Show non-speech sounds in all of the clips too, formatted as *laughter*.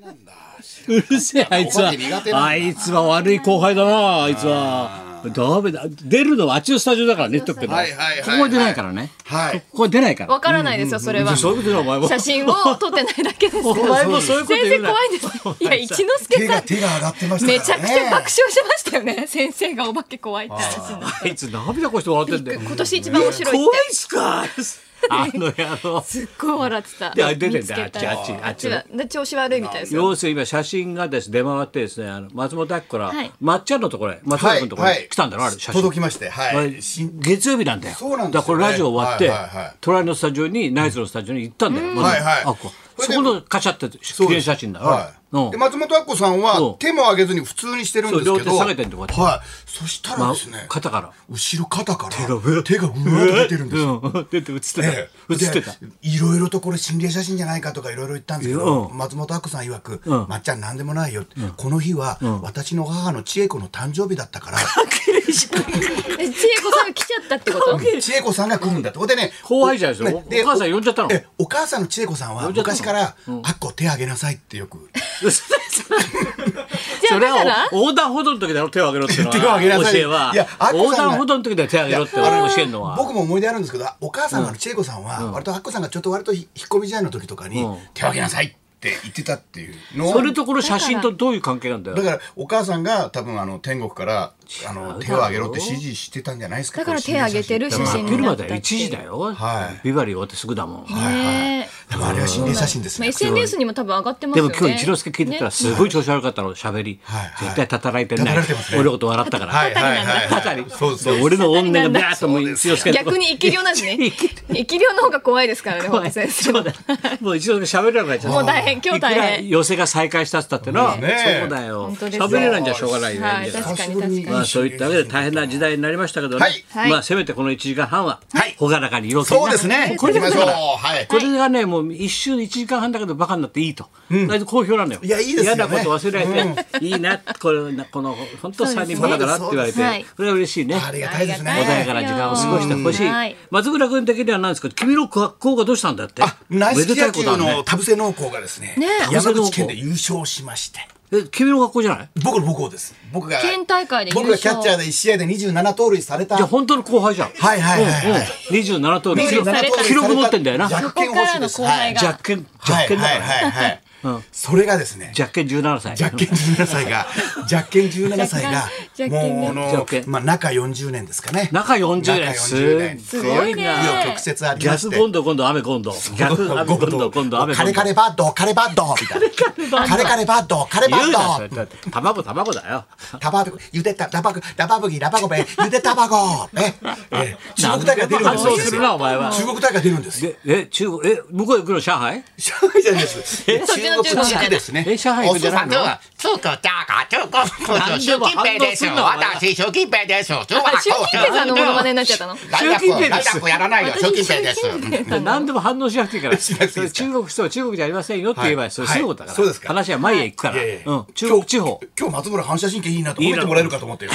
なんだうるせえ、あいつおは化け苦手。なんだあいつは悪い後輩だな、あいつは。ダメだ。出るのはあっちのスタジオだからね、言っとくけど。こはいはいはいはいこは出ないからね。はいここは出ないから。わからないですよ、それは。そういうことだよ、お前も。写真を撮ってないだけです。 *laughs* お前もそういうこと先言生うな怖いですね。いや、一之輔手さがん。手が上がってましためかちゃらくねちゃ爆笑しましたよね。先生がお化け怖いって話になっあいつ涙こして笑ってんだて。よ。今年一番面白いっ怖て。いっす *laughs* かあの野郎。すっごい笑ってた。であ出てんだ見つけたあっちあっちあっちだで調子悪いみたいですよ。要するに今写真がです出回ってですね、あの松本明子からはい、まっちゃんのところへ、松本君のところはへい来たんだろ、あれ写真。届きましてまはあい新月曜日なんだよ。そうなんですよねだからこれラジオ終わって、はいはいはい隣のスタジオに、ナイツのスタジオに行ったんだよ。まずはいはいあこうそれそでこのカシャって記念写真だよ。はいうんで松本明子さんそうは手も上げずに普通にしてるんですけどそう両手下げてんでこうやってはいそしたまらあですね肩から。後ろ肩から手がうわ手がうわーって出てるんですようん出て映ってた。ええ映ってた。でいろいろとこれ心霊写真じゃないかとかいろいろ言ったんですけど、うん松本明子さん曰く、うんまっちゃんなんでもないよって、この日は、私の母の千恵子の誕生日だったから、え、千恵子さんが来ちゃったっ *laughs* てこと千恵子さんが来るんだって。ほんでね、後輩じゃないですよね。お母さん呼んじゃったの。えお母さんの千恵子さんはんじゃったの昔から、あっこ手あげなさいってよく。じゃ *laughs* そあれだからは横断歩道の時だろ手を挙げろっていうの手をは挙げなさい教えはいやあっこさんが横断歩道の時だよ手を挙げろって俺も教えるのは僕も思い出あるんですけど、お母様の千恵子さんは、割とあっこさんがちょっと割と引っ込み試合の時とかに、うん手をあげなさいって言ってたっていうのをそれとこの写真とどういう関係なんだよだからお母さんが多分あの天国からあの手を挙げろって指示してたんじゃないですか。だから手挙げてるこ写れ真心開霊けるまでは1時だよはいビバリー終わってすぐだもんねえでもあれは心霊写真ですまね。あ SNS にも多分上がってますでよもね。今日一之輔聞いてたらすごい調子悪かったの喋りはいはい絶対たたられてない叩かれてますね俺のこと笑ったからいはいはいたたりそうそうで俺の怨念がビャーッともう一之輔のとこ逆に生き量な *laughs* んですね。生き量の方が怖いですからね、本当先生。そうだもう一之輔喋れなくなっちゃったもう大変、今日大いくら変。寄せが再開したっつったってな、ねそうだよ本当ですよ喋れないんじゃしょうがないよね、はい、じゃあ確か久にしぶりに確かまにあ。そういったわけで大変な時代になりましたけどね、はいはいまあせめてこの1時間半ははい朗らかに色気になそうですね。こ行れきましでだかょう。らはい。これがねもう1週1時間半だけどバカになっていいと、大体好評なのよいやいいですよ嫌ねなこと忘れられて、いいなこれなこの本当3人バカだなって言われてそうですねそうですこれは嬉しいねありがたいですね。あり穏がたやいかな時間を過ごしてほしい、うんはい松村君的には何ですか君の格好がどうしたんだってあ、ナイスキ野球めでたいことはのね田臥農工がですねね、山口県で優勝しまして。え君の格好じゃない僕の母校です。僕が。県大会で優勝僕がキャッチャーで一試合で27盗塁された。じゃあ本当の後輩じゃん。はいはいはいはいうんうん。27盗塁。記27盗塁され録た記録持ってんだよな。弱点欲しいです。そこからの後輩が弱点、は弱いは点いだから。はいはい。それがですね、弱点17歳。弱健17歳が、弱健17歳が若、干もうあ若の干、まあ中40年ですかね。中40中年。 40年すごいすごいな。ね紆余曲折ありギまャしスて。ボンド、今度雨今度。逆雨 *laughs* 今度、今度雨カレカ今度。レバッド、カレバッドみたいな。カレカレバッド、カレバ言うッな、それド。だって卵、卵だよ。タバブ、ゆでた、タバグ、タバブギ、ラバゴベ、ゆでタバ *laughs* ゴ。ね。ええ中国大会出るんですそうするな、よ。お前は。中国大会出るんですよ。でえ、中国、え、向こう行くの上海上海じゃないです。中そっちの中国じゃないですねえ、上海行くんじゃないの中国大会中国何で習も近反応平ですすんよなお前は私習近平ですよ中あ、習近平さんのモノマネになっちゃったの。来習近平です来やらないよ習近平です習近平さんの何でも反応しなくていいから、しなくてそいいでれすか中国人は中国じゃありませんよって言えば、はいそれすぐことだかはいそうでらす、か話は前へ行くかいらやいや、うん中国地方。今日松村反射神経いいなと褒めてもらえるかと思ってよ。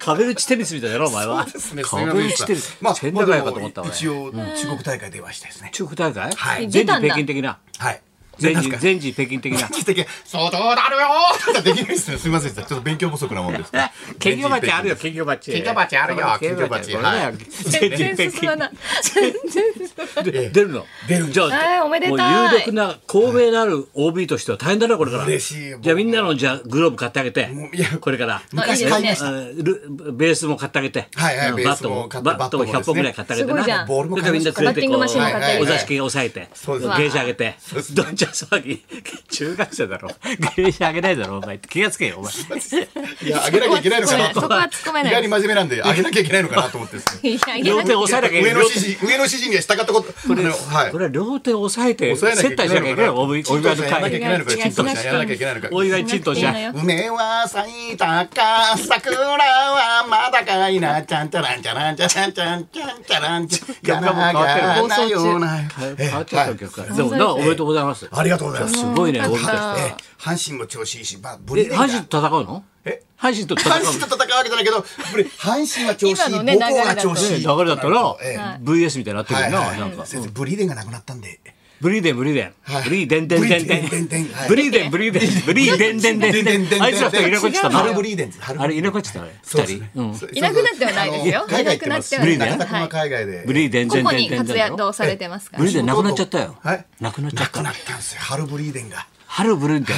壁打ちテニスみたいだろお前は。壁打ちテニス。ままあ、あ、千まあ高屋かと思っでたも俺。一応中国大会出ましてですね。中国大会？はい全時北京的な。はい。全何時ですか全時北京的な。素敵。相当だろよできない *laughs* ですね。すみません。ちょっと勉強不足なもん *laughs* です。金魚鉢あるよ金魚鉢。金魚鉢あるよ金魚鉢。金これ魚鉢だはよ全全時然北進ま京。ない。全然進まない。で出るの。出るんですじゃあーあおめでもうたい有力な高名なる OB としては大変だなこれから。嬉しいもうじゃあみんなのじゃあグローブ買ってあげてもういや。これから。あいい昔です買いねました。ルベースも買ってあげて、はいはいうんベースも買ってバットもバットもですね100本ぐらい買ってあげてすごいじゃな、んボールも買いまみんしなた連れてこう、バッティングマシンも買ってあげてお座敷抑えて、そうですゲージ上げて、どんちゃん騒ぎ、 *laughs* 中学生だろ、ゲージ上げないだろ、お前って気がつけよ、お前。いや、あげなきゃいけないのかなと。そこは突っ込めない意外に真面目なんで、あげなきゃいけないのかなと思ってですね。いやい *laughs* や両手押さえなきゃいけ上なのい。指示、上の指示には従ったこと。これ、はいこ。れは両手を押さえて、接抑え待なきゃいけないしなきゃいけない、のかなやらなきゃいけないのお祝いお祝いの会。かな、違うチントンし違なうやらなきゃいけないのか。お祝いチントンしな違う違う梅は咲いたか桜はまだかいなちゃんちゃらんちゃらんちゃらんちゃらんちゃらんちゃらんちゃらん曲がもう変わってるやらないよな変わっちゃった曲から。でもはいな、おめでとうございます。ありがとうございますすごいね、おめでとうございますえ阪神も調子いいし、まあ、ブえ、リーダー阪神と戦うのえ阪神と戦阪うの神と戦うわけじゃないけどブリ阪神は調子いい今の母ね校が調子いい流れだったらええ VS みたいになってはるいなはいなんか先生ブリーデンがなくなったんでブリーデンブリーデン、はいブリーデンデンデンデンブリーデンデンデンはいブリーデンブリーデンブリーデンデンデンデンデンデンデンデンあいつら二人いなくなっちゃっ違うのたなハルブリーデンズハルブリーデンズあれいなくなっちゃったねそう二です人ねうんそういなくなってはないですよあの海外行ってますいなくなってはないブリーデン中田君は海外でブリーデン個デン々デンにデン活デンだろ動されてますかブらリーデンなくなっちゃったよはいなくなっちゃなっくたなったんですよハルブリーデンが春ブルーデン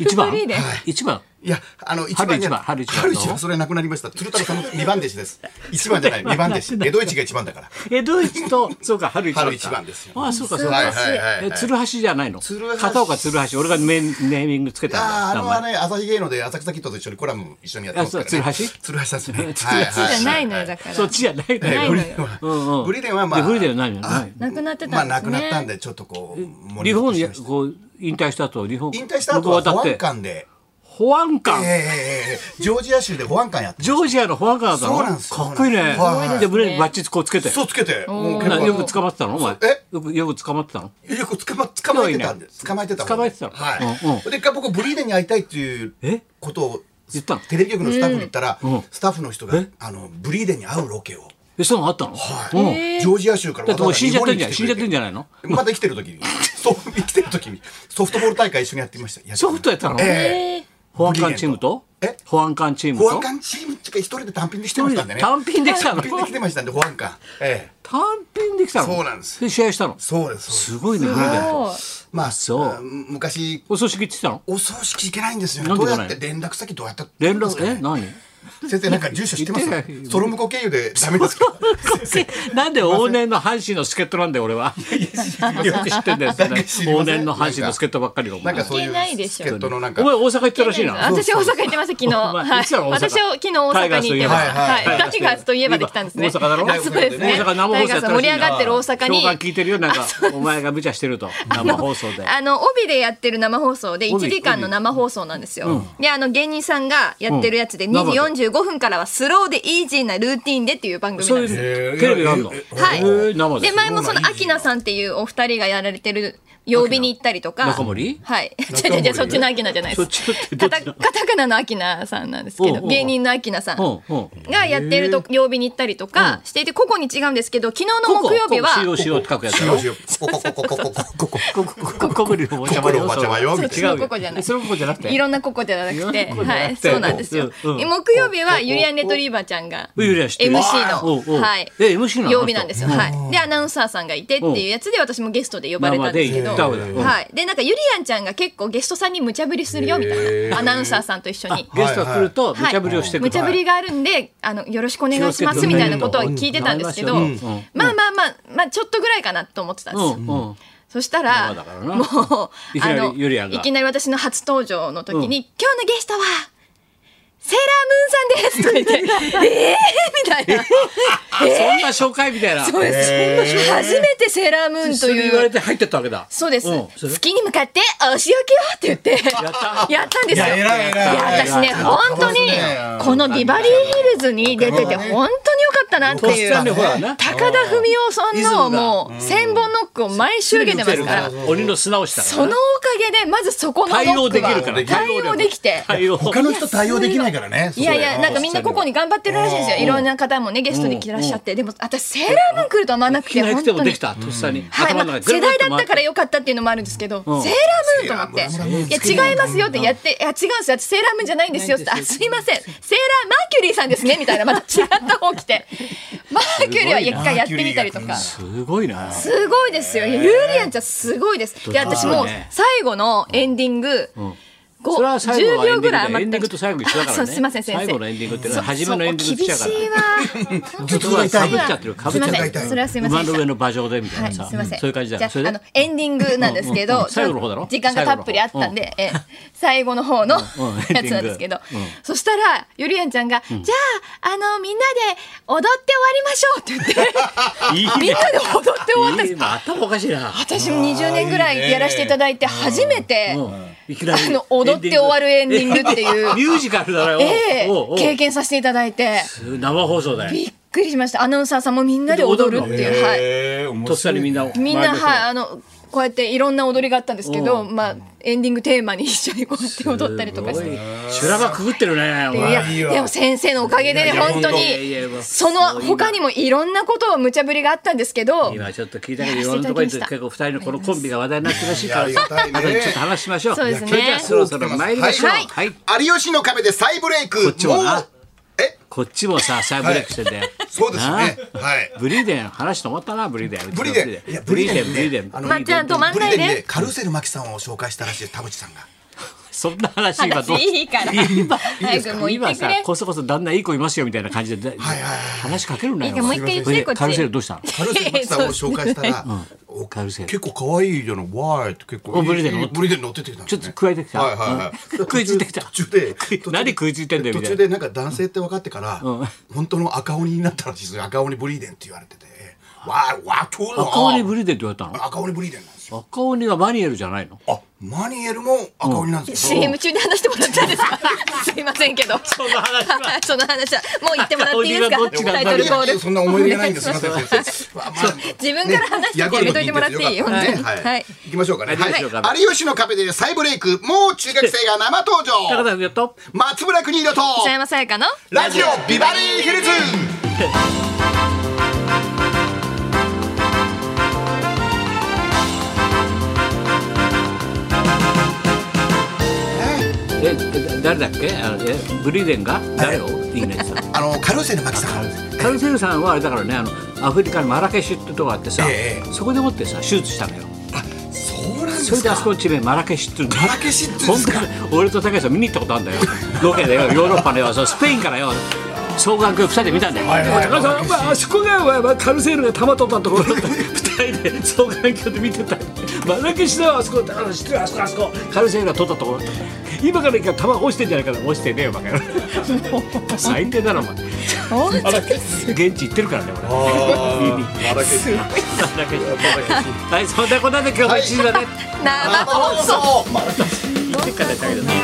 一番ブリーデン一番いやあの一番には春一番春春一番一番それなくなりました鶴太郎さんの二番弟子です一番じゃない二番弟子江戸一が一番だからえドイツ *laughs* とそうか春一番か春一番ですよああそうかそうはいかはいはいえはい鶴橋じゃないの鶴橋片岡鶴橋俺がメンネーミングつけたあんーあだ名のは前ね朝日芸能で浅草キッドと一緒にコラム一緒にやってますから、ね、あそう鶴橋鶴橋さんですね鶴橋そうじゃないのはよだからそっちじゃないのえなーいブのリよーデンは、うんうんブリーデンはまあでブリーデンはないのあないなくなってまたあんでなすくなったんねでちょっとこう盛リりフ上ォームげやましたこう引退した後リフォーム引退した後は保僕だっ安て官で、保安えーえー官えージョージア州で保安官やってジョージアの保安官だったのそうなんですよかっこいいねそうなんですで胸にバッチこうつけてそうつけてもうなよく結捕まってたのお前そうえよくよく捕まってたの構よく捕ま捕まえてたんで捕まえてた捕まえてたのはい、うんうんで一回僕ブリーデンに会いたいっていうえことを言ったのテレビ局のスタッフに言ったら、うんスタッフの人がえあのブリーデンに会うロケを、えそうなのあったのはいうんジョージア州からだってもう死んじゃってんじゃんわ死んざわざ日本に来くれじゃってんじゃないのまた生きてる時にソフ生きてる時にソフトボール大会一緒にやってみましたやってソフトやったのええ保安官チームとえ保安官チームと保安官チームっていうか一人で単品で来てましたんでね単品で来たの単品で来てましたんで保安官ええ単品できたのそうなんです試合したのそうですそうですすごいねブリーデンそうまあそううん昔お葬式行ってきたのお葬式行けないんですよなねんどでう行やかないって連絡先どうやって連絡え *laughs* 何先生なんか住所知ってま行ってないすソロムコ経由でダメですかなんで往年の阪神の助っ人なんだよ俺はよく知ってんだよそんななんか知りません往年の阪神の助っ人ばっかりがおなんか前そうい行うけないでしょ助っ人のなんかお前大阪行ったらしいな私大阪行ってました昨日。お前はいいつから大阪私は昨日大阪に行ってまはした。いはいははいい。ガキガーズといえばできたんですね。大阪だろあそうですね。大阪生タ放イ送やガーったスらしいな盛り上がってる大阪評判に。聞いてるよなんかお前が無茶してると生放送 *laughs* であの帯でやってる生放送で1帯時間の生放送なんですよ、うんであの芸人さんがやってるやつでうん2時45分からはスローでイージーなルーティンでっていう番組なそんうでいすうテレビがあるのはへー生いでで前もそそうなのんアキナさんっていうお二人がやられてる曜日に行ったりとか中森はい *laughs* 違う違う違うそっちのアキナじゃないそでっちすのってどカっタちだカタカナのアキナさんなんですけおうおうおどう芸人のアキナさんうんうんがやってると曜日に行ったりとかしていて個々に違うんですけど昨日の木曜日ここここは CO って書くやつだろよしよここここここここここここぶりのお茶碗ここのおばちゃまよみたいな違うよそっちのここじゃないそのここじゃなくていろんな個々じゃなくいてろんな個々じゃはなくいてそうなんですようんうん木曜日はユリアン・レトリーバーちゃんがゆりやん知ってる MC おうおうのはいえ MC なの曜日なんですよあの人はいでアナウンサーさんがいてっていうやつで私もゲストで呼ばれたんですけ生でど行ったわけだようんはいでなんかユリアンちゃんが結構ゲストさんに無茶ぶりするよみたいなアナウンサーさんと一緒にゲストが来ると無茶ぶりをしてくる無茶ぶりがあるんで、あのよろしくお願いしますみたいなことは聞いてたんですけど、うんうんまあまあまあまあちょっとぐらいかなと思ってたんですよ。うんうんそしたら生だからなもういきなありのユリアがいきなり私の初登場の時に、う今日のゲストはセーラームーンさんです」とか *laughs* 言って「ええー!」みたいなそんな紹介みたいなそうですそんな初めてセーラームーンそとれ言わいれう。て入ってったわけだそうです、んそれ月に向かってお仕置きよって言ってやったんですよいや偉い偉いいや私ね偉い本当に偉いこのビバリーヒルズに出てて本当に良かったなってとっいうさにほらな高田文夫さんのもう千本ノックを毎週受けてますから鬼の素直しだからそのおかげでまずそこのノックは対応できるから対応できて対応他の人対応できないからねいやいやなんかみんなここに頑張ってるらしいんですよいろんな方もねゲストに来らっしゃってでも私セーラームーン来るとは思わなく着てな本くて当もでにきたとっさにはい、頭まのあ、中ぐる世ぐる代っとだ回ったから良かったっていうのもあるんですけど、んセーラームーンと思って「いや違いますよ」って「やっていや違うんですよ私セーラームーンじゃないんですよ」って「あすいませんセーラーマーキュリーさんですね」みたいなまた違った方来てマーキュリーは一回やってみたりとか。すごいなすごいですよ。いやユーリアンちゃんすごいです。で、私もう最後のエンディング、ごそれは最後のエ10秒ンディングぐだよらい余エンっディンたグと最後一緒だからねあそうすいません先生。最後のエンディングってのは初めのエンディングと一緒だからそう厳しいわ。頭痛いかぶ痛いっちゃってるかすぶいっちゃまっせてん。それるはすいませ馬んでのした上。の馬上でみたいは、ないさすみません。そういう感じだじかゃらそれあ、あでの、エンディングなんですけうんうどん、最後の方だろ時間がたっぷりあったんで、ええ最後の方うのんうんやつなんですけどエンディングうん、そしたら、ゆりやんちゃんが、じゃあ、あの、みんなで踊って終わりましょうって *laughs* 言って、いいみんねなで踊って終わったんいいです。な頭おかしいな私も20年ぐらいやらせていただいて、初めて、うんいきなありの、踊って終わるエンディングってえ *laughs* ミいう、ュージカルだよええおうおう経験させていただいて、生放送だよびっくりしました。アナウンサーさんもみんなで踊るっていう、はい。ええ面白いとっさにみんなみんな、はい、あの、こうやっていろんな踊りがあったんですけど、まあ、エンディングテーマに一緒にこうやって踊ったりとかして。修羅場くぐってるねおいや前いいよでも先生のおかげでねいや本当いやいやいにやその他にもいろんなことを無茶ぶりがあったんですけど今ちょっと聞いたけどいろんなところに結構二人のこのコンビが話題になってるらしいからさありがあたといねちょっと話しましょうそうですねそれじゃあそろそろ参りましょうはいはい有吉の壁で再ブレイク。こっちもなうえ、こっちもさ再ブレイクしててそうですね。はい。ブリーデン話止まったなブリーデンブリーデンいやブリーデンブブリリーーデデンンねブリーデンまあじゃあ止まんブリなーデいンねでカルーセルマキさんを紹介したらしい田淵さんが。そんな話今どう話いいから早くもう言っ今てくされこそこそ旦那いい子いますよみたいな感じではいはいはい話しかけるなよいやもう一回言ってそれでこっちカルセルどうしたのカルーセルマキさんを紹介した *laughs* ら、おカルセル結構可愛いじゃない。わーって結構いい。おブリーデン乗ってブリーデン乗ってってきたんでちすょっね。と加えてきたはいはいはいうん食いついてきた途中で *laughs* 食い何食いついてんだよみ途たい中でななんか男性って分かってから、本当の赤鬼になったらしいですよ赤鬼ブリーデンって言われててわーわーとー赤鬼ブリーデンって言われたの赤鬼ブリーデンなんですよ赤鬼はマニュエルじゃないのあマニエルも赤鬼なんですよ、 CM 中に話してもらっていいですかすいませんけどその話はその話はもう言ってもらっていいですか赤鬼がどっちがタイトルコーいやいルやそんな思い入れないんです。すみません先 *laughs* 生。まあまあ自分から話してやめといてもらっていいよ役割も聞て本当よにかったねははいい。行きましょうかね。はいはい。有吉の壁で再ブレイク、もう中学生が生登高田場。君やっと松村邦洋と北山さやかのラジオビバリーヒルズ。ええ誰だっけあのえブリーデンが誰をいいねさあのカルーセルマキさん。カルセルさんはあれだからねあのアフリカのマラケシュってとこあってさ、ええそこでもってさ手術したのよあ、そうなんでそれすであかそ。この地名マラケシュってマラケシュって言うんですか本当に俺と武井さん見に行ったことあるんだよ *laughs* ロケでよヨーロッパのよそうスペインからよ双眼鏡2人で見たんだよ、はいはい高田さんお前あそこがお前カルセルが玉取ったところだった2人で双眼鏡で見てたマラケシュだよあそこ高田さん知ってるあそこあそこカルセルが取ったところだった今から一回玉落ちてんじゃないかな落ちてねえよバカ野郎最低だなお前本当に現地行ってるからね俺はいそんなことで今日の1時だね生放送そう。行ってっからだけどね